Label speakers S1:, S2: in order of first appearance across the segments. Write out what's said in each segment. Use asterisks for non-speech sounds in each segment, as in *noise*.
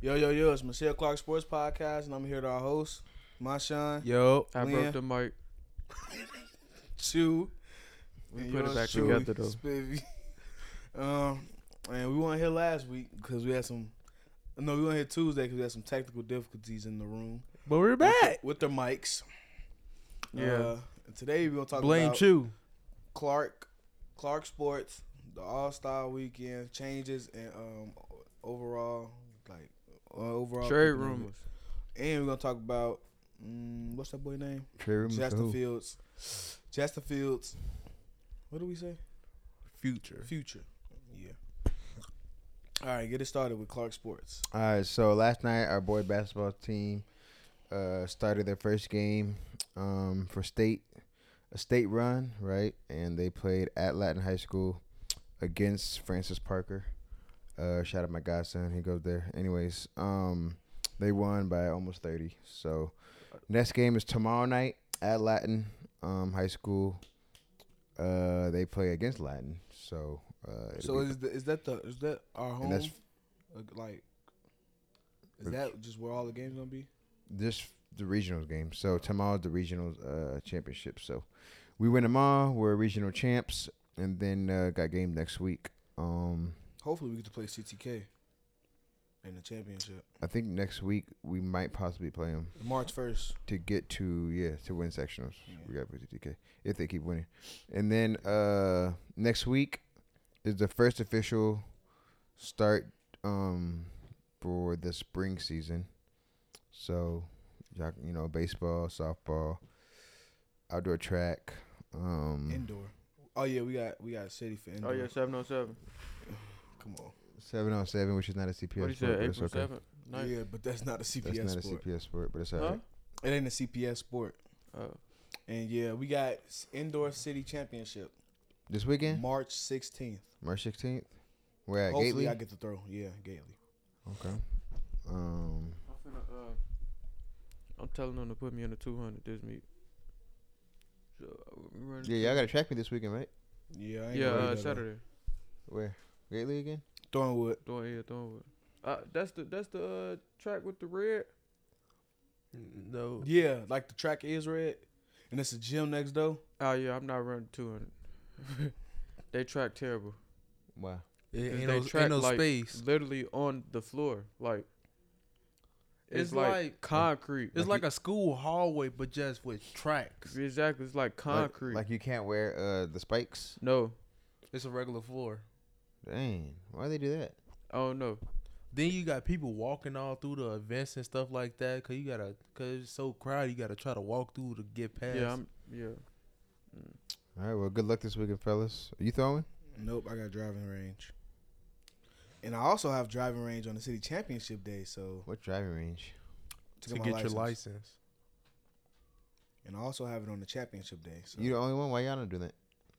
S1: Yo, yo, yo, it's Michelle Clark Sports Podcast, and I'm here to our host, Mashawn,
S2: Yo, I
S1: Leah.
S2: broke the mic.
S1: Chew.
S2: We
S1: and
S2: put
S1: yours
S2: it back
S1: truly,
S2: together though.
S1: *laughs* Spivvy. Um, and we weren't here last week because we had some. No, we weren't here Tuesday because we had some technical difficulties in the room
S2: But we're back.
S1: with their mics.
S2: Yeah.
S1: Uh, and today we're gonna talk
S2: Blame
S1: about
S2: Chew.
S1: Clark, Clark Sports, the All Star Weekend changes, and um, overall like uh, overall
S2: Trade
S1: people-
S2: rumors.
S1: And we're gonna talk about mm, what's that boy name?
S3: Trey Rumors for
S1: Justin
S3: who?
S1: Fields. Justin Fields. What do we say?
S3: Future.
S1: Future. Yeah. All right, get it started with Clark Sports.
S3: All right, so last night our boy basketball team uh, started their first game um, for state, a state run, right? And they played at Latin High School against Francis Parker. Uh, shout out my godson, he goes there. Anyways, um, they won by almost thirty. So next game is tomorrow night at Latin um, High School. Uh, they play against Latin, so uh, it'll
S1: So
S3: be-
S1: is the, is that the is that our home?
S3: and that's
S1: Uh, like, is that just where all the games gonna be?
S3: this the regionals game. So tomorrow's the regionals uh, championship. So we win them all. We're regional champs, and then uh, got game next week. Um,
S1: Hopefully, we get to play CTK in the championship
S3: I think next week we might possibly play them
S1: March first.
S3: to get to yeah to win sectionals. We got DK if they keep winning, and then uh, next week is the first official start um, for the spring season. So, y'all- you know, baseball, softball, outdoor track. Um,
S1: Indoor. Oh yeah, we got we got city for indoor.
S2: Oh yeah, seven oh seven.
S1: come on.
S3: Seven on seven, which is not a
S2: What
S3: CPS
S2: he
S3: sport,
S2: said,
S3: but it's
S2: April
S3: okay.
S2: seventh. Nice.
S1: Yeah, but that's not a
S3: That's
S1: CPS
S3: not
S1: sport.
S3: a CPS sport, but it's
S2: Huh?
S3: alright.
S1: It ain't a CPS sport.
S4: Uh,
S2: Oh.
S1: And yeah, we got s- indoor city championship
S3: This weekend,
S1: March sixteenth.
S3: March sixteenth, we're at
S1: Hopefully,
S3: Gately.
S1: I get to throw. Yeah, Gately.
S3: okay. Um,
S2: I'm finna, uh, I'm telling them to put me in the two hundred this meet. So, I'm running
S3: yeah, y'all got a track meet this weekend, right?
S1: Yeah, I ain't
S2: Yeah,
S1: worried
S2: uh,
S1: about it.
S2: Saturday.
S3: Where Gately again?
S1: Thornwood.
S2: Throwing here, throwing with. Uh, that's the that's the uh, track with the red.
S4: No.
S1: Yeah, like the track is red, and it's a gym next door.
S2: Oh yeah, I'm not running two hundred. *laughs* they track terrible.
S3: Wow.
S4: Yeah,
S2: Cause
S4: ain't
S2: they
S4: no,
S2: track,
S4: ain't no
S2: like,
S4: space.
S2: Literally on the floor, like it's,
S4: It's
S2: like,
S4: like-
S2: concrete.
S4: It's like a school hallway, but just with tracks.
S2: Exactly. It's like
S3: Like-
S2: concrete.
S3: Like, you can't wear uh the spikes.
S2: no,
S4: It's a regular floor.
S3: Dang, why they do that?
S2: I don't know.
S4: Then you got people walking all through the events and stuff like that. Cause you gotta, cause it's so crowded. You gotta try to walk through to get past.
S2: Yeah, I'm. Yeah.
S3: All right, well, good luck this weekend, fellas. Are you throwing?
S1: Nope, I got driving range. And I also have driving range on the city championship day, so
S3: What driving range?
S4: to get your license.
S1: And I also have it on the championship day. So
S3: You the only one? Why y'all not doing that?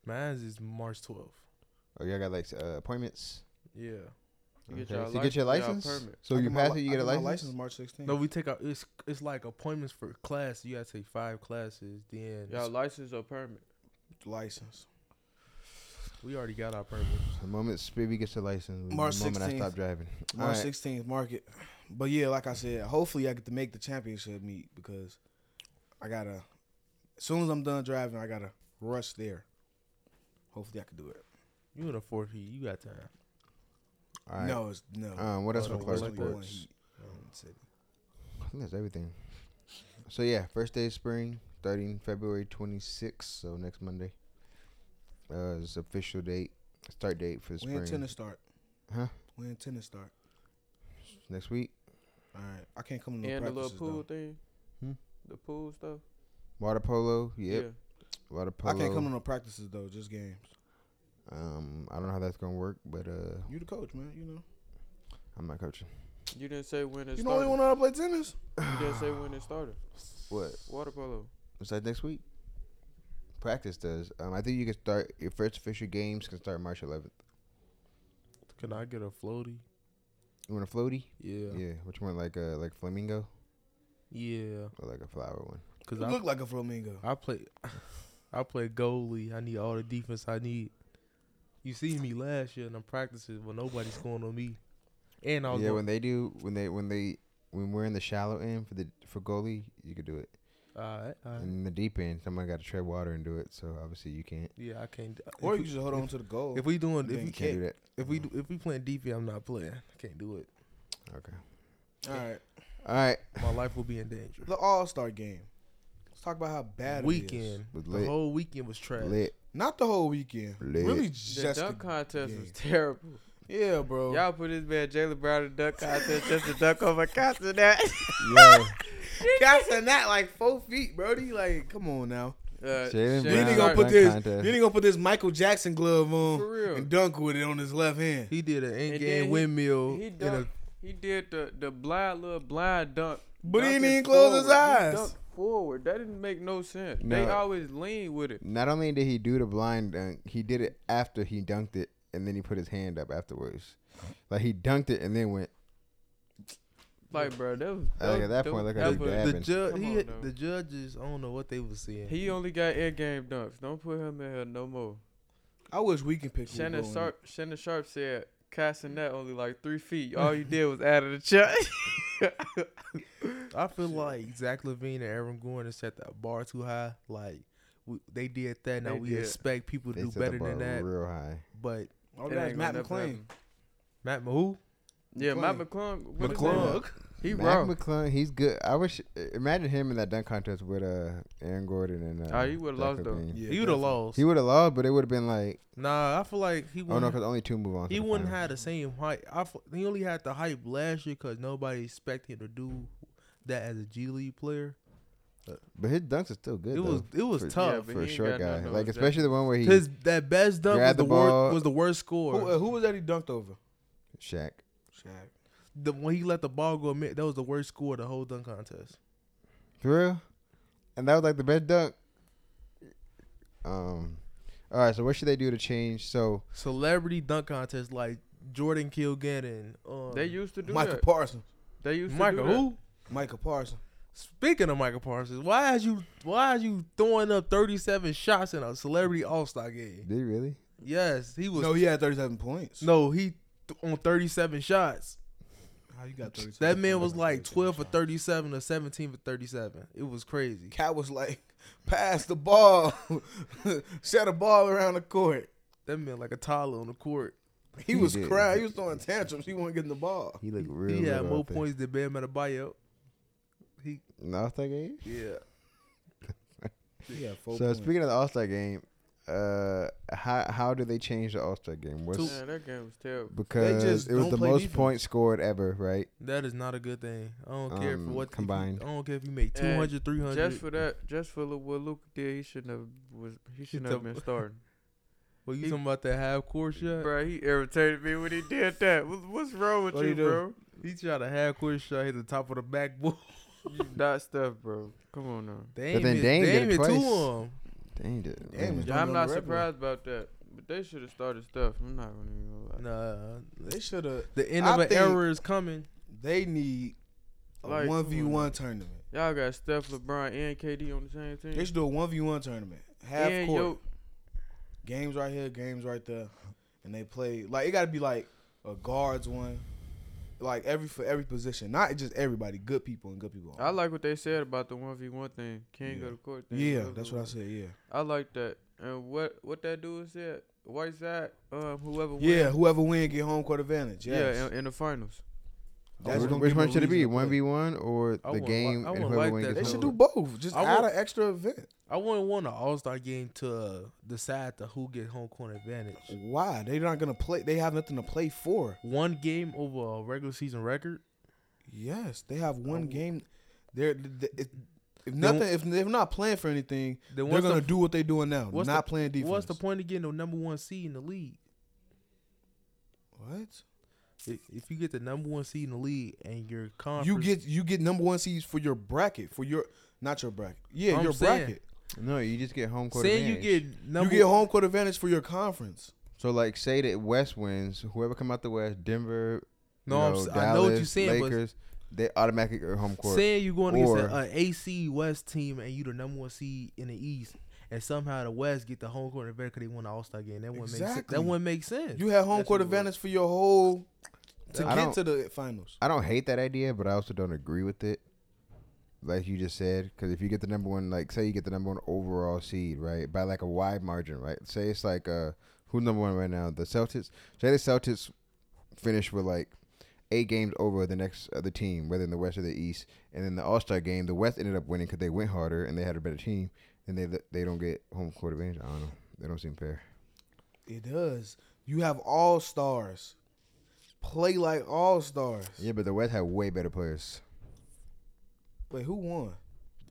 S4: Mine's is March 12th.
S3: Oh, y'all got like s- uh, appointments.
S4: Yeah.
S2: You get
S3: Okay,
S2: your
S3: so you get your license.
S2: license, y'all permit.
S3: So
S1: I
S3: you
S1: get my
S3: pass
S1: li-
S3: it, you
S1: I
S3: get a
S1: my
S3: license.
S1: March 16th.
S4: No, we take out. It's it's like appointments for class. You gotta take five classes. Then
S2: Y'all license or permit?
S1: license.
S4: we already got our permits.
S3: The moment Spivvy gets a license, the
S1: March
S3: moment I
S1: 16th.
S3: stop driving. All
S1: March
S3: right.
S1: 16th, mark it. But yeah, like I said, hopefully I get to make the championship meet because I gotta. As soon as I'm done driving, I gotta rush there. Hopefully I can do it.
S4: You in a fourth heat. You got time.
S3: All right.
S1: No, it's no.
S3: Um, what else
S1: Oh,
S3: for
S1: no,
S3: Clark
S1: it's only one
S3: Sports?
S1: heat on the city.
S3: I think that's everything. So yeah, first day of spring, starting February 26th, so next Monday. Uh, is official date, start date for the
S1: When
S3: spring.
S1: tennis start?
S3: Huh?
S1: When tennis start?
S3: Next week,
S1: All right, I can't come to no
S2: and the little
S1: practices
S2: pool
S1: though.
S2: thing.
S3: Hmm?
S2: The pool stuff.
S3: water polo. Yep,
S2: Yeah.
S3: water
S1: I
S3: polo.
S1: can't come to no practices though, just games.
S3: Um, I don't know how that's gonna work, but uh,
S1: You the coach, man. You know.
S3: I'm not coaching.
S2: You didn't say when it
S1: You the
S2: started.
S1: only one that play tennis.
S2: you didn't say
S3: *sighs*
S2: when it started.
S3: What?
S2: Water polo.
S3: Is that next week? Practice does. Um, I think you can start your first official games can start March 11th.
S4: Can I get a floaty?
S3: You want a floaty?
S4: Yeah.
S3: Yeah. Which one? Like a like flamingo
S4: Yeah.
S3: or like a flower one?
S4: Cause
S1: You
S4: I
S1: look like a flamingo.
S4: I play *sighs* I play goalie. I need all the defense I need. You see me last year in the practices when nobody's going on me. And I was
S3: yeah,
S4: going,
S3: when they do, when they when they when we're in the shallow end for the for goalie, you could do it.
S4: all right, all right.
S3: And in the deep end, someone got to tread water and do it. So obviously you can't.
S4: Yeah, I can't. do-
S1: Or
S4: if,
S1: you just hold on to the goal.
S4: we, if we doing
S1: You
S4: if we
S3: You can't do
S4: can't
S3: that.
S4: if we do, if we playing DP, I'm not playing. I can't do it.
S3: Okay.
S1: All right.
S3: All right.
S4: My life will be in danger.
S1: The All Star game. Let's talk about how bad It is.
S4: Weekend,
S3: Was
S4: the
S3: lit.
S4: whole weekend was trash.
S3: Lit.
S1: Not the whole weekend.
S3: Lit.
S1: Really
S2: The
S1: just Oh.
S2: dunk
S1: the-
S2: contest
S1: *laughs* game.
S2: was terrible.
S1: Yeah, bro.
S2: Y'all put this man Jalen Brown in the dunk contest just to dunk over
S1: *laughs*
S2: Castanet.
S3: Yo,
S1: Got to that like four feet, Brody. Like, come on now.
S2: Uh,
S3: Jaylen
S2: Jaylen
S1: You
S3: Brown
S1: ain't
S2: Brown-
S1: gonna put
S3: dunk
S1: this.
S3: contest.
S1: You ain't gonna put this Michael Jackson glove on
S2: For real.
S1: and dunk with it on his left hand.
S4: He did an in
S2: And then
S4: game
S2: he-
S4: windmill.
S2: He
S4: in a,
S2: dunked. He did the the blind little blind dunk.
S1: But he
S2: Dunked
S1: didn't
S2: it
S1: even close his
S2: forward.
S1: eyes.
S2: He dunked forward. That didn't make no sense. They
S3: No.
S2: always lean with it.
S3: Not only did he do the blind dunk, he did it after he dunked it, and then he put his hand up afterwards. Like he dunked it and then went.
S2: Like, bro, that was. That
S3: Like,
S2: was-
S3: at that
S2: that
S3: point,
S2: was-
S3: look
S2: that
S3: at
S2: was-
S3: his
S4: the
S3: dabbing.
S4: judge,
S2: Come
S4: he,
S2: on,
S4: had-
S2: though.
S4: the judges, I don't know what they were seeing.
S2: He only got air game dunks. Don't put him in here no more.
S1: I wish we can pick. who
S2: Shannon
S1: going.
S2: Sharp. Shannon Sharp said,
S1: Mm.
S2: "Casting that only like three feet. All you did was add it a chest." *laughs*
S4: I feel like Zach Levine and Aaron Gordon set that bar too high. Like we, they did that. Now
S2: They
S4: we
S2: did.
S4: expect people to
S3: They
S4: do
S3: set
S4: better
S3: the bar
S4: than that.
S3: real high.
S4: But
S1: Oh,
S2: It
S1: that's
S2: ain't
S1: Matt
S2: gonna never
S1: McClain.
S2: happen.
S4: Matt Mahu,
S2: Yeah, Matt
S1: McClung.
S2: McClung. what is his name?
S1: McClung.
S2: He
S3: Mac
S2: wrong.
S3: McClung, he's good. I wish. Imagine him in that dunk contest with uh Aaron Gordon and. Uh,
S4: Oh,
S2: Ah, he would've
S3: Zach
S2: lost, though.
S3: Levine.
S1: Yeah,
S4: he would have
S1: definitely.
S4: lost.
S3: He would have lost, but it would have been like,
S4: nah, I feel like he
S3: oh no,
S4: wouldn't.
S3: because only two move on. to
S4: he
S3: the
S4: wouldn't
S3: final.
S4: have the same hype. I f- he only had the hype last year because nobody expected him to do that as a G League player.
S3: But his dunks are still good.
S4: it was it was
S3: For-
S4: tough.
S2: but
S3: though, for a
S2: he ain't
S3: short
S2: got none
S3: guy,
S2: of
S3: like
S2: those
S3: especially the one where he
S4: His that best dunk was
S3: Grab
S4: the,
S3: the
S4: worst
S3: ball.
S4: was the worst score.
S1: Who, uh, who was that he dunked over?
S3: Shaq.
S1: Shaq.
S4: the when he let the ball go mid, that was the worst score of the whole dunk contest.
S3: For real? And that was like the best dunk. Um all right, so what should they do to change? So
S4: Celebrity dunk contest like Jordan Kilgannon. Um,
S2: They used to do
S1: Michael
S2: that.
S1: Parsons.
S2: They used to
S4: Michael
S2: do that.
S4: who?
S1: Michael Parsons.
S4: Speaking of Michael Parsons, why is you why is you throwing up thirty seven shots in a celebrity all star game?
S3: did he really?
S4: Yes, he was
S1: No, he had 37 points.
S4: no he th- on thirty seven shots.
S1: How you got 37
S4: That man was
S1: points?
S4: like twelve for thirty seven or seventeen for thirty seven. It was crazy.
S1: Cat was like, pass the ball, *laughs* set a ball around the court.
S4: That man like a toddler on the court.
S1: He
S3: He
S1: was
S3: did.
S1: crying. He was throwing tantrums. He wasn't getting the ball.
S3: He looked real.
S4: He had
S3: little
S4: more
S3: out there.
S4: points than Bam Adebayo. He
S3: in the All Star game.
S4: yeah.
S1: Yeah, four
S3: so speaking of the All Star game, uh, how how do they change the All Star game? What's
S2: Yeah, that game was terrible.
S3: because
S1: just
S3: it was
S1: don't
S3: the
S1: play
S3: most
S1: defense.
S3: points scored ever, right?
S4: That is not a good thing. I don't care for
S3: Um,
S4: what if you-
S3: combined.
S4: I don't care if you make
S2: And
S4: 200, 300.
S2: Just for that, just for Lu- what Luke did, he shouldn't have was he shouldn't have been starting.
S4: What you
S2: he-
S4: talking about that half court shot?
S2: bro, he irritated me when he did that. What, what's wrong with
S1: What'd
S2: you,
S1: he do?
S2: bro?
S4: He tried a half court shot, hit the top of the backboard. *laughs*
S2: You *laughs* That stuff, bro. Come on now.
S4: Dame,
S3: then
S4: hit-
S3: Dame did it
S4: hit to
S3: twice.
S4: him.
S3: Dang it!
S1: Damn,
S3: man.
S1: Don't
S2: I'm
S1: know
S2: not
S1: the regular.
S2: surprised about that, but they should have started stuff. I'm not gonna even lie.
S4: Nah,
S1: They should have.
S4: the end
S1: I
S4: of an
S1: think-
S4: era is coming.
S1: They need a
S2: Like,
S1: one v
S2: come on now.
S1: one tournament.
S2: Y'all got Steph, LeBron, and KD on the same team.
S1: They should do a one v one tournament. Half
S2: And
S1: court
S2: Yo-
S1: games right here, games right there, and they play like it got to be like a guards one, like every for every position, not just everybody. Good people and good people.
S2: I like what they said about the one v one thing, king
S1: Yeah.
S2: of the court thing.
S1: Yeah,
S2: whatever
S1: that's
S2: it
S1: what I
S2: was.
S1: said. Yeah,
S2: I like that. And what what that dude said, Whiteside, um, whoever.
S1: yeah.
S2: wins,
S1: Whoever win get home court advantage. Yes.
S2: yeah, in, in the finals.
S1: That's
S3: Which-
S1: gonna
S3: which
S1: give
S3: one
S1: a
S3: should it
S1: reason
S3: be?
S1: to play.
S3: One v one or
S4: I
S3: the
S4: wouldn't
S3: game
S4: like- I
S3: and
S4: wouldn't
S3: whoever
S4: like
S3: wins?
S4: that.
S1: They
S3: gets
S1: should
S3: home?
S1: do both. Just
S4: I
S1: add
S4: would-
S1: an extra event.
S4: I wouldn't want an all star game to uh, decide to who get home court advantage.
S1: Why? They're not gonna play. They have nothing to play for.
S4: One game over a regular season record.
S1: Yes, they have one
S4: Oh.
S1: game. They're th- th- if, if nothing. If they're not playing for anything, they're
S4: Then what's
S1: gonna
S4: the,
S1: do what they're doing now.
S4: what's
S1: not
S4: the-
S1: playing defense.
S4: what's the point of getting the number one seed in the league?
S1: What?
S4: If if you get the number one seed in the league and your conference,
S1: You get you get number one seeds for your bracket for your not your bracket. Yeah,
S4: I'm
S1: your
S4: saying,
S1: bracket.
S3: No, you just get home court.
S4: saying you
S3: advantage.
S4: get number
S1: you get home court advantage for your conference.
S3: So like, say that West wins, whoever come out the West, Denver,
S4: No, I'm
S3: you know,
S4: s-
S3: Dallas,
S4: I know what you're saying, but-
S3: Lakers, they automatically are home court.
S4: saying you going against
S3: Or-
S4: an, an AC West team and you the number one seed in the East, and somehow the West get the home court advantage because they won the All Star game. That wouldn't make sense.
S1: Exactly.
S4: That wouldn't make sense.
S1: You had home
S2: That's
S1: court
S2: what it was.
S1: advantage for your whole to
S3: I
S1: get
S3: don't-
S1: to the finals.
S3: I don't hate that idea, but I also don't agree with it. Like you just said, because if you get the number one, like say you get the number one overall seed, right, by like a wide margin, right? Say it's like uh, who's number one right now? The Celtics. Say the Celtics finish with like eight games over the next other team, whether in the West or the East, and then the All Star game, the West ended up winning because they went harder and they had a better team, and they they don't get home court advantage. I don't know. They don't seem fair.
S1: It does. You have all stars. Play like all stars.
S3: Yeah, but the West had way better players.
S1: Wait, who won?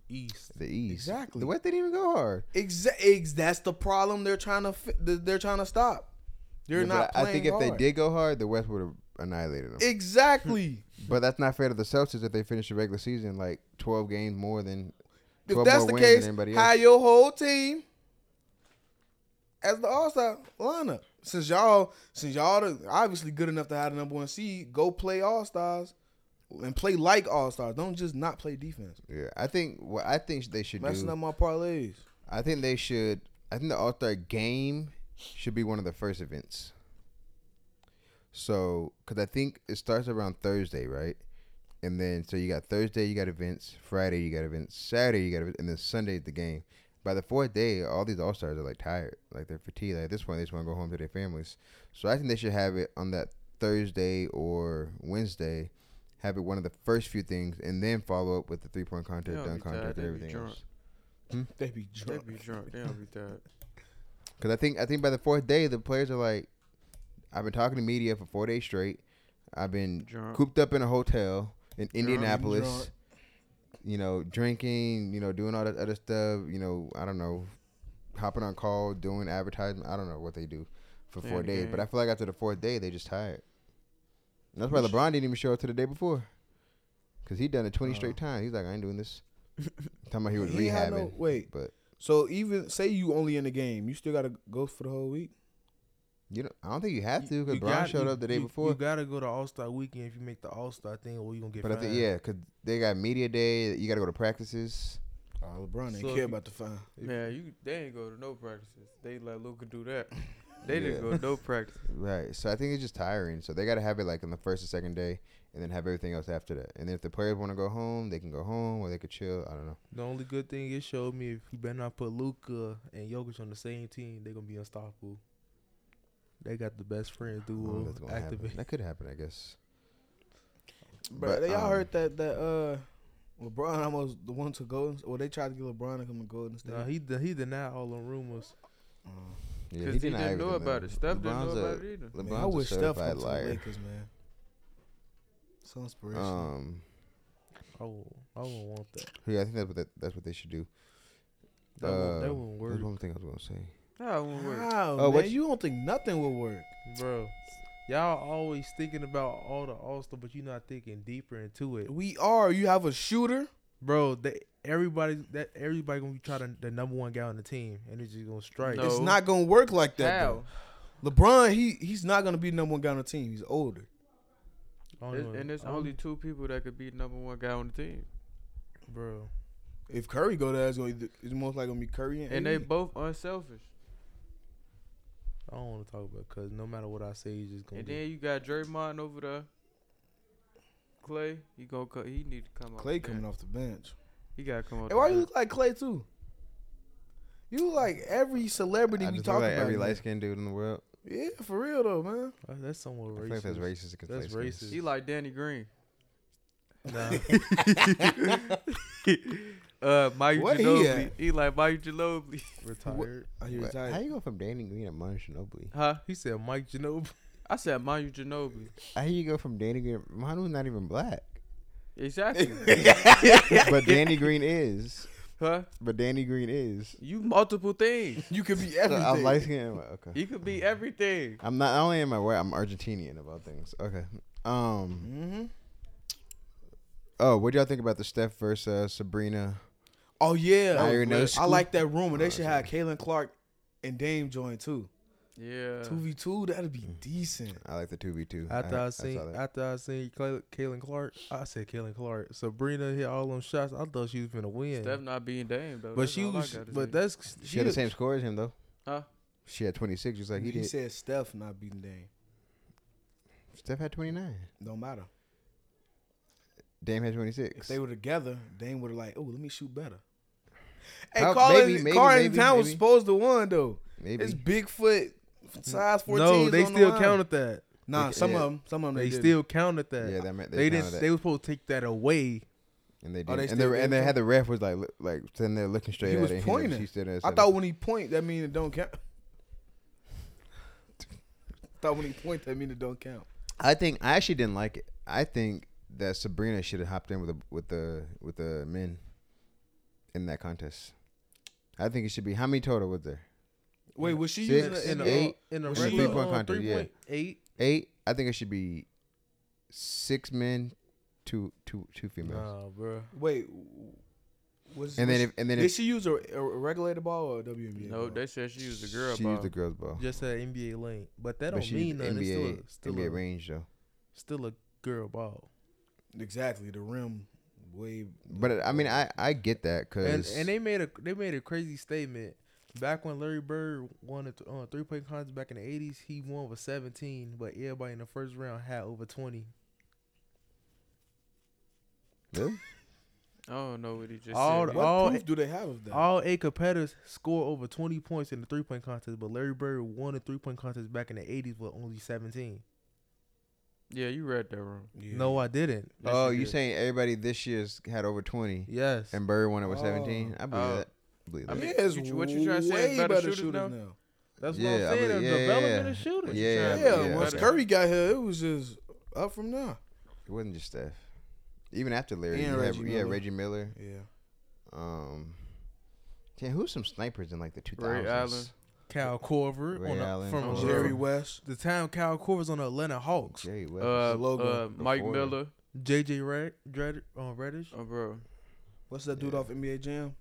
S4: East.
S3: The East.
S1: Exactly.
S3: The West didn't even go hard.
S1: Exactly. Ex- that's the problem they're trying to fi- th- they're trying to stop. They're
S3: Yeah, but
S1: not.
S3: I- I think if
S1: hard.
S3: they did go hard, the West would have annihilated them. *laughs*
S1: exactly.
S3: but that's not fair to the Celtics if they finish the regular season like twelve games more than
S1: if
S3: twelve
S1: that's
S3: more
S1: the
S3: wins
S1: case,
S3: than anybody else.
S1: hire your whole team as the All Star lineup. Since y'all, since y'all are obviously good enough to have the number one seed, go play All Stars and play like All Stars. Don't just not play defense.
S3: yeah, I think what I think they should
S1: Messing
S3: do.
S1: up my parlays.
S3: I think they should. I think the All Star Game should be one of the first events. So, because I think it starts around Thursday, right? And then so you got Thursday, you got events. Friday, you got events. Saturday, you got events, and then Sunday is the game. By the fourth day, all these All Stars are like tired, like they're fatigued. Like at this point, they just want to go home to their families. So I think they should have it on that Thursday or Wednesday. Have it one of the first few things, and then follow up with the three point contest,
S2: They'll
S3: dunk
S2: be tired,
S3: contest, and
S2: they'll be
S3: everything
S2: drunk.
S3: else. Hmm?
S1: They be
S2: They
S1: drunk.
S2: be drunk. They don't be tired.
S3: Because I think I think by the fourth day, the players are like, I've been talking to media for four days straight. I've been
S2: Drunk.
S3: cooped up in a hotel in Indianapolis.
S1: drunk.
S3: You know, drinking. You know, doing all that other stuff. You know, I don't know, hopping on call, doing advertisement. I don't know what they do for
S2: Yeah,
S3: four
S2: the
S3: days. But I
S2: game.
S3: feel like after the fourth day, they just tired. And that's why LeBron didn't even show up to the day before. Cause he done it twenty
S1: Oh.
S3: straight times. He's like, I ain't doing
S1: *laughs*
S3: this. Talking about he was
S1: He
S3: rehabbing,
S1: had no- wait.
S3: but
S1: So even say you only in the game, you still gotta go for the whole week.
S3: you know, I don't think you have to. Cause
S4: You
S3: Bron
S4: got-
S3: showed
S4: you-
S3: up the day
S4: you-
S3: before.
S4: You gotta go to All Star Weekend if you make the All Star thing, or you gonna get.
S3: But I think
S4: fined.
S3: yeah, cause they got media day. You got to go to practices.
S1: Oh, LeBron ain't
S4: So if
S1: care
S4: you-
S1: about the fine.
S2: Yeah, you. They ain't go to no practices. They let Luca do
S1: *laughs*
S2: that. They
S3: Yeah.
S2: didn't go to no practice.
S3: Right. So I think it's just tiring. So they got to have it like on the first or second day, and then have everything else after that. And then if the players want to go home, they can go home or they could chill. I don't know.
S4: The only good thing it showed me if you better not put Luca and Jokic on the same team, they're gonna be unstoppable. They got the best friend
S3: I don't know if
S4: duo
S3: that's gonna happen.
S4: activate.
S3: That could happen, I guess.
S1: But,
S3: But,
S1: they all
S3: um,
S1: heard that that uh LeBron almost the one to Golden. Well, they tried to get LeBron to come to Golden State.
S4: Nah, he de- he denied all the rumors.
S1: Uh,
S3: Yeah,
S2: Because he
S3: denied
S2: didn't know
S3: everything,
S2: about
S3: though.
S2: it. Steph didn't know
S3: LeBron's a-
S2: about
S1: *laughs*
S2: it either.
S1: man,
S3: LeBron's
S1: I wish
S3: a
S1: Steph
S3: certified
S1: went to the
S3: liar.
S1: Lakers, man. So inspirational.
S3: Um,
S4: I would I wouldn't want that.
S3: yeah, I think that's what that, that's what they should do.
S4: That, won't,
S3: Uh,
S4: that won't work,
S3: There's one thing I was gonna say.
S2: Nah, it won't work.
S1: How,
S3: Oh,
S1: man?
S3: what-
S1: You don't think nothing will work.
S4: bro. Y'all always thinking about all the All Star, but you're not thinking deeper into it,
S1: We are. You have a shooter.
S4: bro. They, everybody that everybody gonna be trying to, the number one guy on the team, and it's just gonna strike.
S2: No.
S1: It's not gonna work like that.
S2: How?
S1: Though. LeBron, he he's not gonna be the number one guy on the team. He's older.
S4: I don't
S2: It's-
S4: know.
S2: and there's
S4: I don't-
S2: only two people that could be number one guy on the team,
S4: bro.
S1: If Curry go there, it's, gonna, it's most likely gonna be Curry and,
S2: and they
S1: AD.
S2: both unselfish.
S4: I don't want to talk about because no matter what I say, he's just gonna.
S2: And
S4: be,
S2: then you got Draymond over there. Clay, he gonna co- he need to come off.
S1: Clay
S2: the
S1: coming
S2: bench.
S1: off the bench.
S2: He gotta come off.
S1: Hey, why
S2: the
S1: you
S2: bench.
S1: look like Clay too? You look like every celebrity
S3: I
S1: we
S3: just
S1: talk
S3: look like
S1: about.
S3: every
S1: man.
S3: light skinned dude in the world.
S1: Yeah, for real though, man.
S4: Uh, that's somewhat
S3: I
S4: racist.
S3: feel like that's racist against
S4: That's
S3: light-skins.
S4: racist.
S2: He like
S1: *laughs*
S2: Danny Green.
S4: Nah,
S2: Uh, Mayu
S1: What he
S2: Ginobili.
S1: at?
S2: He like Mayu Ginobili.
S4: retired.
S1: Are Oh, you
S3: What- How
S1: retired?
S3: you go from Danny Green to Manu Ginobili?
S2: *laughs* Huh?
S4: He said Mike Ginobili.
S2: I said Mayu Ginobili.
S3: How you go from Danny Green? Manu's not even black,
S2: Exactly.
S1: *laughs*
S3: but Danny Green is.
S2: huh?
S3: But Danny Green is.
S2: You multiple things.
S1: You could be
S3: So
S1: everything.
S3: I'm light skinned. Okay.
S2: He could be everything.
S3: I'm not not only am I white, I'm Argentinian about things. Okay. Um.
S1: hmm
S3: Oh, what do y'all think about the Steph versus uh, Sabrina?
S1: Oh yeah,
S3: Now you're no
S1: I
S3: school.
S1: like that rumor. They
S3: Oh,
S1: should have
S3: that's
S1: Kalen Clark and Dame join too.
S2: Yeah.
S1: Two v two, that'd
S3: Mm.
S1: be decent.
S3: *laughs* I like the two v two.
S4: After I, seen, after I seen Kay- Kaylin Clark, I said Kaylin Clark. Sabrina hit all them shots. I thought she was gonna win,
S2: Steph not being Dame though.
S4: but
S2: That's
S4: she
S2: all I
S4: was.
S2: gotta
S4: But
S2: say.
S4: that's
S3: she had the same score as him though.
S2: Huh?
S3: She had 26, just like he,
S1: he
S3: did.
S1: said Steph not beating Dame.
S3: Steph had 29.
S1: Don't matter.
S3: Dame had
S1: If
S3: 26.
S1: they were together, Dame would have like, oh, let me shoot better. Hey,
S3: How-
S1: Carl,
S3: maybe, maybe,
S1: Carl
S3: maybe,
S1: in town was
S3: maybe.
S1: supposed to win though.
S3: Maybe.
S1: It's Bigfoot size fourteen.
S4: No, they still counted that.
S1: Nah,
S3: They-
S1: some
S3: yeah.
S1: of them, some of them
S4: They
S1: they,
S4: still counted that.
S3: yeah, that meant
S4: they,
S3: they, counted
S4: didn't.
S3: That.
S4: They were supposed to take that away.
S3: and they did.
S1: Oh, they
S3: and,
S1: still
S3: they,
S1: did
S3: and they
S1: too?
S3: had the ref was like look, like sitting there looking straight
S1: He
S3: at
S1: was
S3: it. and
S1: pointing.
S3: She stood there and
S1: I
S3: said,
S1: thought when he point, that mean it don't count. *laughs* thought when he point, that mean it don't count.
S3: I think I actually didn't like it. I think that Sabrina should have hopped in with the with the with the men in that contest. I think it should be how many total was there?
S1: Wait, was she
S3: Six,
S1: using
S4: in
S1: the,
S4: the,
S1: in the,
S3: eight,
S4: in the
S3: was she
S4: regular,
S3: three-point
S4: uh,
S3: contest, yeah.
S4: three-point eight.
S3: Eight. I think it should be six men, two two two females.
S4: Nah, bro.
S1: wait? Was
S3: and
S1: was
S3: then
S1: she-
S3: if and then
S1: did
S3: if
S1: she use a, a regulator ball or a WNBA?
S2: No,
S1: ball?
S2: they said she was a girl.
S3: she
S2: ball.
S3: used the girls ball,
S4: Just that NBA lane, Oh. but that don't
S3: but she
S4: mean
S3: used
S4: nothing. It's
S3: NBA
S4: still a,
S3: NBA
S4: still a,
S3: range though.
S4: still a girl ball.
S1: exactly the rim way.
S3: But I mean, I I get that
S4: And,
S3: because
S4: and they made a they made a crazy statement. Back when Larry Bird won a th- uh, three point contest back in the eighties, he won with seventeen, but everybody in the first round had over twenty.
S2: I don't know what he just
S4: All
S2: said.
S4: the-
S1: what
S4: all-
S1: proof do they have of that?
S4: All eight competitors score over twenty points in the three point contest, but Larry Bird won a three point contest back in the eighties with only seventeen.
S2: yeah, you read that wrong.
S1: Yeah.
S4: No, I didn't.
S2: Yes,
S3: oh,
S2: he
S3: you
S2: did.
S3: saying everybody this year's had over twenty
S4: Yes.
S3: and Bird won over
S1: Oh.
S3: seventeen? I believe
S2: Oh.
S3: that. I believe
S2: I
S3: that.
S2: mean,
S1: yeah, it's
S2: you- what you trying to say is
S1: way
S2: better
S1: better
S2: shooters
S1: shooters,
S2: now?
S1: now.
S4: That's
S3: Yeah,
S4: what
S3: I
S4: I'm saying.
S3: believe-
S4: the
S3: yeah, yeah,
S4: development
S3: yeah.
S4: of shooting.
S3: Yeah,
S1: Yeah,
S3: yeah, I
S1: once
S3: believe
S1: Curry got here, it was just up from there.
S3: It wasn't just Steph. Even after Larry,
S1: And
S3: you had-
S1: Reggie
S3: yeah,
S1: Miller.
S3: Reggie Miller.
S1: Yeah,
S3: Um, damn, who's some snipers in like the two
S2: Ray Allen.
S3: thousands?
S4: Cal Corver
S3: Ray
S4: on the-
S3: Allen.
S4: from
S2: Oh,
S1: Jerry
S2: yeah.
S1: West.
S4: the time Cal Corver's on the Atlanta Hawks.
S3: Jerry West.
S2: Uh,
S1: logo
S2: uh, Mike
S3: before.
S2: Miller.
S4: JJ Red, Dredd, uh, Reddish.
S2: Oh, bro.
S1: What's that dude
S3: Yeah.
S1: off NBA Jam?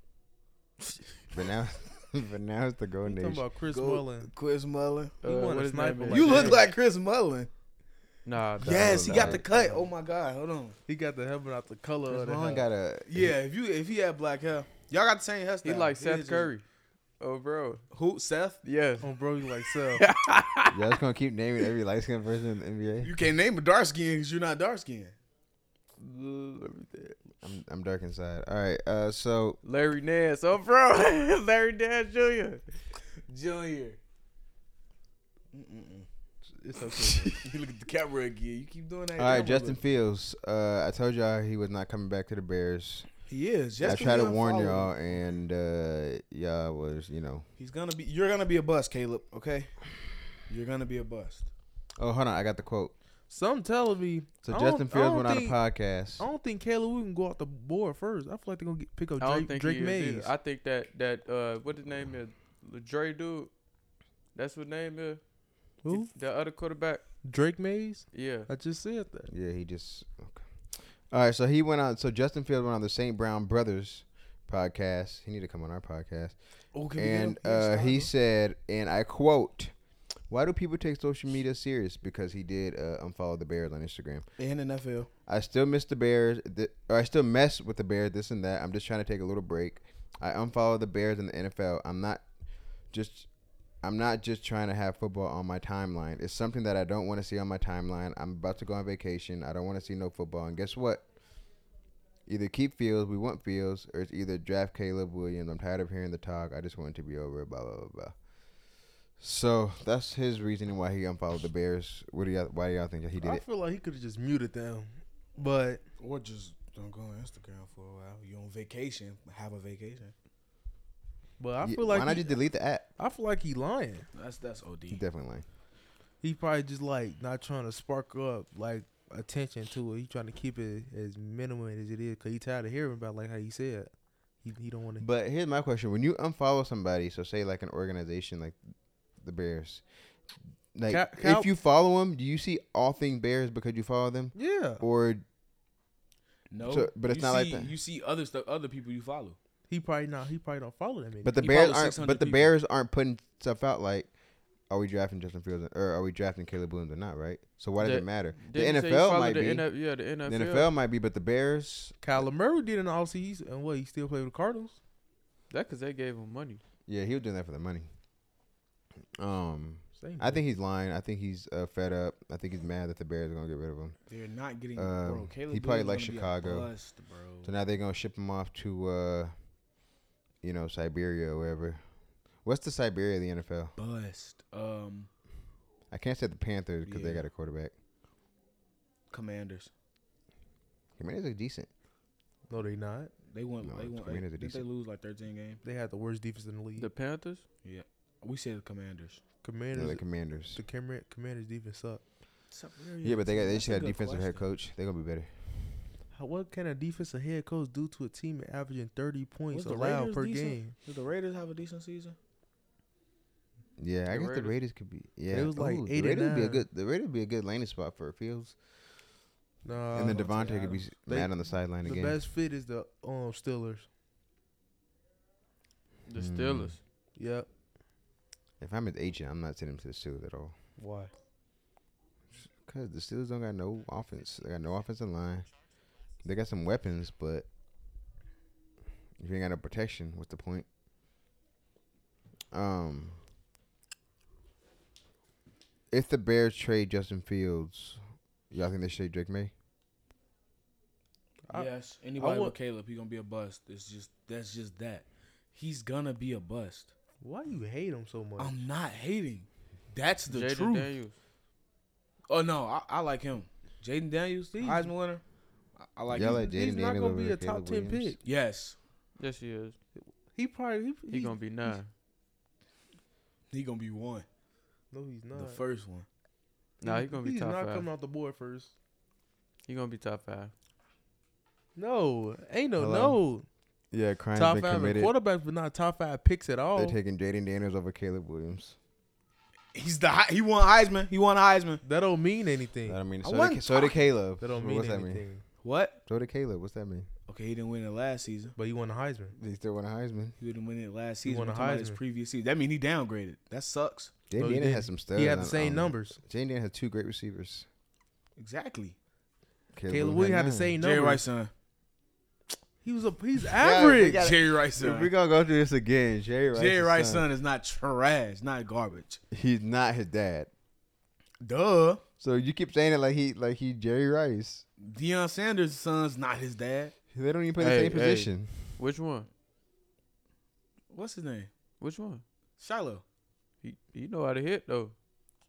S3: but now, *laughs* but now it's the
S4: You
S3: Golden
S4: talking
S3: Age.
S4: about Chris
S1: Go-
S4: Mullen?
S1: Chris Mullen.
S2: Uh,
S4: He won a
S2: what his
S4: sniper
S2: name is?
S4: like
S1: you
S4: that.
S1: look like Chris Mullen.
S2: Nah,
S3: That
S1: Yes,
S3: was
S1: he got the
S3: like-
S1: cut. Oh my God, hold on.
S4: He got the helmet out the color
S3: Chris
S4: of the helmet.
S3: Mullen got a
S1: *laughs* Yeah, if you if he had black hair, y'all got the same hairstyle.
S2: he like
S1: is
S2: Seth
S1: just-
S2: Curry. Oh, bro.
S1: Who? Seth?
S2: Yes.
S4: Oh, bro, you like
S3: *laughs*
S4: so.
S3: Y'all just gonna keep naming every light skinned person in the NBA.
S1: You can't name a dark skin because you're not dark skinned.
S3: I'm, I'm dark inside. All right. Uh, so
S2: Larry Nance. Oh, bro. *laughs* Larry Nance Jr. Junior.
S4: it's okay.
S1: *laughs* You look at the camera again. You keep doing that.
S3: all right,
S1: camera
S3: Justin
S1: look.
S3: Fields. Uh, I told y'all he was not coming back to the Bears.
S1: He is. Justin
S3: I tried to
S1: Fields
S3: warn
S1: followed.
S3: y'all, and uh, y'all was you know.
S1: He's gonna be. You're gonna be a bust, Caleb. Okay. You're gonna be a bust.
S3: Oh, hold on. I got the quote.
S4: Some telling me.
S3: So
S4: I don't-
S3: Justin
S4: I
S3: Fields
S4: don't
S3: went
S4: think-
S3: on a podcast.
S4: I don't think Caleb Williams can go out the board first. I feel like they're gonna get, pick up
S2: I don't
S4: Drake,
S2: think
S4: Drake
S2: he is
S4: Mays.
S2: either. I think that that uh, what his name is, the Dre dude. That's what name is.
S4: Who?
S2: The other quarterback.
S4: Drake Mays?
S2: Yeah.
S4: I just said that.
S3: Yeah, he just okay. All right, so he went on. So Justin Fields went on the St. Brown Brothers podcast. He need to come on our podcast.
S1: Okay.
S3: And uh, he said, and I quote, "Why do people take social media serious? Because he did uh, unfollow the Bears on Instagram.
S1: in NFL.
S3: I still miss the Bears, th- or I still mess with the Bears. This and that. I'm just trying to take a little break. I unfollow the Bears in the NFL. I'm not just." I'm not just trying to have football on my timeline. It's something that I don't want to see on my timeline. I'm about to go on vacation. I don't want to see no football. And guess what? Either keep Fields, we want Fields, or it's either draft Caleb Williams. I'm tired of hearing the talk. I just want it to be over. Blah blah blah blah. So that's his reasoning why he unfollowed the Bears. What do y'all? Why do y'all think that he did
S4: I
S3: it?
S4: feel like he could have just muted them, but
S1: Or just don't go on Instagram for a while. You on vacation? Have a vacation.
S4: but I
S3: Yeah,
S4: feel like
S3: why not
S4: he,
S3: just delete the app?
S4: I feel like he lying.
S1: That's that's od.
S3: He definitely lying.
S4: He probably just like not trying to spark up like attention to it. He trying to keep it as minimum as it is because he tired of hearing about like how he said he, he don't want to.
S3: But here's my question: When you unfollow somebody, so say like an organization like the Bears, like
S4: Cal- Cal-
S3: if you follow them, do you see all thing Bears because you follow them,
S4: Yeah,
S3: or
S1: No,
S3: So- but it's
S1: you
S3: not like
S1: see-
S3: that.
S1: You see other stuff, other people you follow.
S4: he probably not. He probably don't follow that many.
S3: but the
S1: You
S3: Bears
S1: follow
S3: aren't?
S1: 600
S3: But the
S1: people.
S3: Bears aren't putting stuff out like, are we drafting Justin Fields or are we drafting Caleb Williams or not? Right. So why does
S2: The-
S3: it matter? The
S2: Didn't he say he
S3: NFL
S2: followed
S3: might
S2: the
S3: be.
S2: NF yeah, the NFL.
S3: the NFL might be, but the Bears,
S4: Kyler Murray did in the offseason, and what he still played with the Cardinals.
S2: That because they gave him money.
S3: yeah, he was doing that for the money. Um,
S4: Say
S3: I think he's lying. I think he's uh, fed up. I think he's mad that the Bears are gonna get rid of him.
S1: They're not getting.
S3: Um,
S1: bro, Caleb
S3: he probably
S1: Williams
S3: like
S1: gonna be a
S3: Chicago.
S1: bust, bro.
S3: So now they're gonna ship him off to, uh, you know, Siberia or wherever. What's the Siberia of the NFL?
S1: Bust. Um,
S3: I can't say the Panthers because they
S1: Yeah.
S3: got a quarterback.
S1: Commanders.
S3: Jimenez is decent.
S4: No, they not.
S1: They won.
S3: No,
S1: they won.
S3: Commanders are
S1: didn't
S3: decent.
S1: they lose like thirteen games?
S4: They had the worst defense in the league.
S2: The Panthers?
S1: Yeah. We said the Commanders.
S3: They're
S4: Commanders,
S3: the Commanders.
S4: the Cameron, Commanders defense suck.
S3: Yeah, but they got they
S1: That's
S3: just got a
S1: good
S3: defensive head
S1: question.
S3: coach. They're gonna be better.
S4: How, what can a defensive head coach do to a team averaging thirty
S1: Was
S4: points
S1: the
S4: allowed
S1: Raiders
S4: per
S1: decent?
S4: game?
S1: Did the Raiders have a decent season?
S3: Yeah, I guess
S2: The
S3: the
S2: Raiders-
S3: Raiders could be. Yeah,
S4: was like
S3: Ooh,
S4: eight
S3: the
S4: and
S3: Raiders would be a
S4: nine.
S3: good. The Raiders would be a good landing spot for Fields,
S4: Nah,
S3: and then
S1: Devontae
S3: Devontae could be
S1: Adams.
S4: Uh, They-
S3: mad on the sideline
S4: the
S3: again.
S4: best fit is the um Steelers.
S2: The
S3: Mm.
S2: Steelers.
S4: Yep.
S3: If I'm his agent, I'm not sending him to the Steelers at all.
S4: Why?
S3: Cause the Steelers don't got no offense. They got no offensive line. They got some weapons, but if you ain't got no protection, what's the point? Um, if the Bears trade Justin Fields, y'all think they should trade Drake May?
S4: I-
S1: yes. Anybody
S4: want-
S1: with Caleb, he's gonna be a bust. It's just that's just that. He's gonna be a bust.
S4: Why you hate him so
S3: Um,
S4: much?
S1: I'm not hating. That's the
S2: Jaden
S1: truth.
S2: Daniels.
S1: Oh no, I, I like him. Jaden Daniels, Heisman winner. I, I like
S3: y'all
S1: him.
S3: like
S4: he's
S3: Jaden
S4: not
S3: Daniels
S4: gonna be
S3: over
S4: a top
S3: Caleb
S4: ten
S3: Williams?
S4: pick.
S1: Yes,
S2: Yes, he is.
S4: He probably he,
S2: He
S4: he's-
S2: gonna be nine.
S1: he gonna be one.
S4: No, he's not.
S1: The first one.
S2: Nah, he gonna be
S4: he's
S2: top
S4: not
S2: five.
S4: coming off the board first.
S2: He gonna be top five.
S4: No, ain't no
S3: Hello? Yeah, crime's
S4: no top
S3: been
S4: five
S3: committed.
S4: quarterbacks, but not top five picks at all.
S3: They're taking Jaden Daniels over Caleb Williams.
S1: He's the hi- he won Heisman. He won Heisman.
S4: that don't mean anything.
S3: That I mean,
S1: I
S3: so,
S1: wasn't
S3: did, so did
S1: talking-
S3: Caleb.
S4: That don't
S3: So
S4: mean
S3: what's
S4: anything.
S3: that mean?
S1: What?
S3: So did Caleb. What's that mean?
S1: Okay, he didn't win it last season.
S4: But he won the Heisman.
S3: They still won a Heisman.
S1: He didn't win it last
S4: He
S1: season.
S4: won
S1: We're
S4: a
S1: talking about his
S4: Heisman.
S1: previous season. That mean he downgraded. That sucks.
S3: Jaden
S4: No, he
S3: Daniels
S4: didn't.
S3: has some studs.
S4: He had the
S3: on-
S4: same
S3: on-
S4: numbers.
S3: Jaden Daniels had two great receivers.
S1: Exactly.
S4: Caleb Williams had the
S3: nine.
S4: same
S1: Jerry
S4: numbers.
S1: Rice son.
S4: He was a
S3: *laughs*
S4: he's
S3: we
S4: average.
S3: gotta-
S1: Jerry Rice
S3: If we
S1: son.
S3: gonna go through this again, Jerry Rice.
S1: Jerry
S3: is
S1: Rice
S3: son,
S1: son is not trash, not garbage.
S3: He's not his dad.
S1: Duh.
S3: So you keep saying it like he like he Jerry Rice.
S1: Deion Sanders' son's not his dad.
S3: They don't even play the
S2: Hey,
S3: same
S2: hey.
S3: position.
S2: Which one?
S1: What's his name?
S2: Which one?
S1: Shiloh.
S2: He he know how to hit though.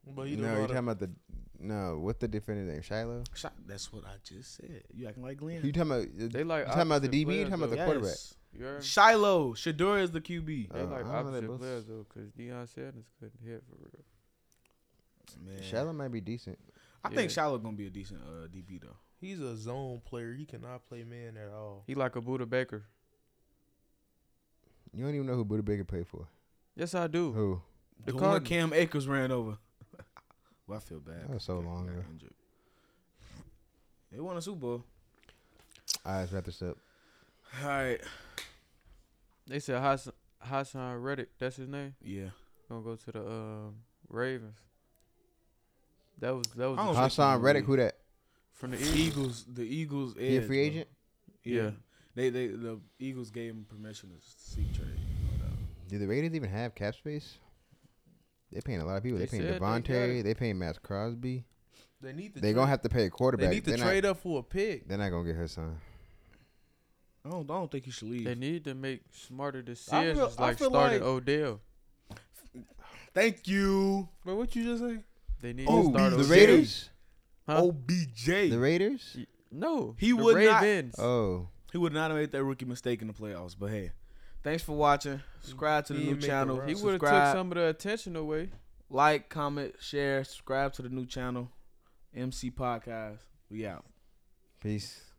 S4: but he don't
S3: No,
S4: Oh, know
S3: you're
S4: how
S3: talking
S4: to-
S3: about the no. What the defender name? Shiloh.
S1: Shi- That's what I just said. You acting like Glenn.
S3: You talking about? uh,
S2: They like
S3: you talking about the
S2: opposite
S3: DB? You
S2: players,
S3: talking about the
S2: though.
S3: quarterback?
S2: You heard?
S1: Shiloh. Shador is the QB.
S2: They
S3: Uh, I
S2: like
S3: don't know, they
S2: opposite
S3: both-
S2: players though, cause Deion Sanders couldn't hit for real.
S1: Man.
S3: Shiloh might be decent.
S1: I
S2: Yeah.
S1: think Shiloh gonna be a decent uh, DB though.
S4: He's a zone player. He cannot play man at all.
S2: He like a Buda Baker.
S3: You don't even know who Buda Baker played for.
S2: Yes, I do.
S3: Who?
S2: The
S1: The, one
S2: Cardinals.
S1: Cam Akers ran over. *laughs* well, I feel bad.
S3: That was so
S1: Cam
S3: long
S1: got
S3: ago.
S1: injured. They won a Super Bowl.
S3: All right, let's wrap this up.
S1: All right.
S2: They said Hassan, Hassan Reddick. That's his name.
S1: Yeah.
S2: Gonna go to the um, Ravens. That was that was
S1: I
S2: the
S1: don't
S2: shit
S1: think
S3: Hassan
S1: he's
S3: Reddick, who that?
S2: from the
S1: The
S2: Eagles.
S1: Eagles. The Eagles.
S3: He a
S1: edge,
S3: free
S1: bro.
S3: agent?
S1: Yeah.
S2: Yeah.
S1: They they the Eagles gave him permission to seek trade.
S3: Do the Raiders even have cap space? They paying a lot of people. They,
S2: They
S3: paying
S2: said they got
S3: Devontae. They,
S2: it.
S3: paying Matt Crosby.
S4: They need to.
S3: they gonna have to pay a quarterback.
S4: They need to
S3: are
S4: trade up for a pick.
S3: Not, they're not gonna get her son.
S1: I don't I don't think you should leave.
S2: They need to make smarter
S4: I
S2: decisions,
S4: feel
S2: like starting Odell.
S1: Thank you.
S4: But what you just say?
S2: They need
S1: Oh,
S2: to start
S1: the
S3: the
S2: Odell.
S1: Raiders?
S3: Raiders.
S2: Huh?
S1: OBJ.
S3: The Raiders.
S2: Y- No,
S1: He
S2: the
S1: would not- uh,
S2: Ravens.
S3: Oh,
S1: He would not have made that rookie mistake in the playoffs. But hey, thanks for watching. Subscribe to the
S4: He
S1: new
S4: make the
S1: channel.
S4: rounds.
S2: he would have took
S1: subscribe,
S2: some of the attention away.
S1: like, comment, share, subscribe to the new channel, MC Podcast. We out.
S3: peace.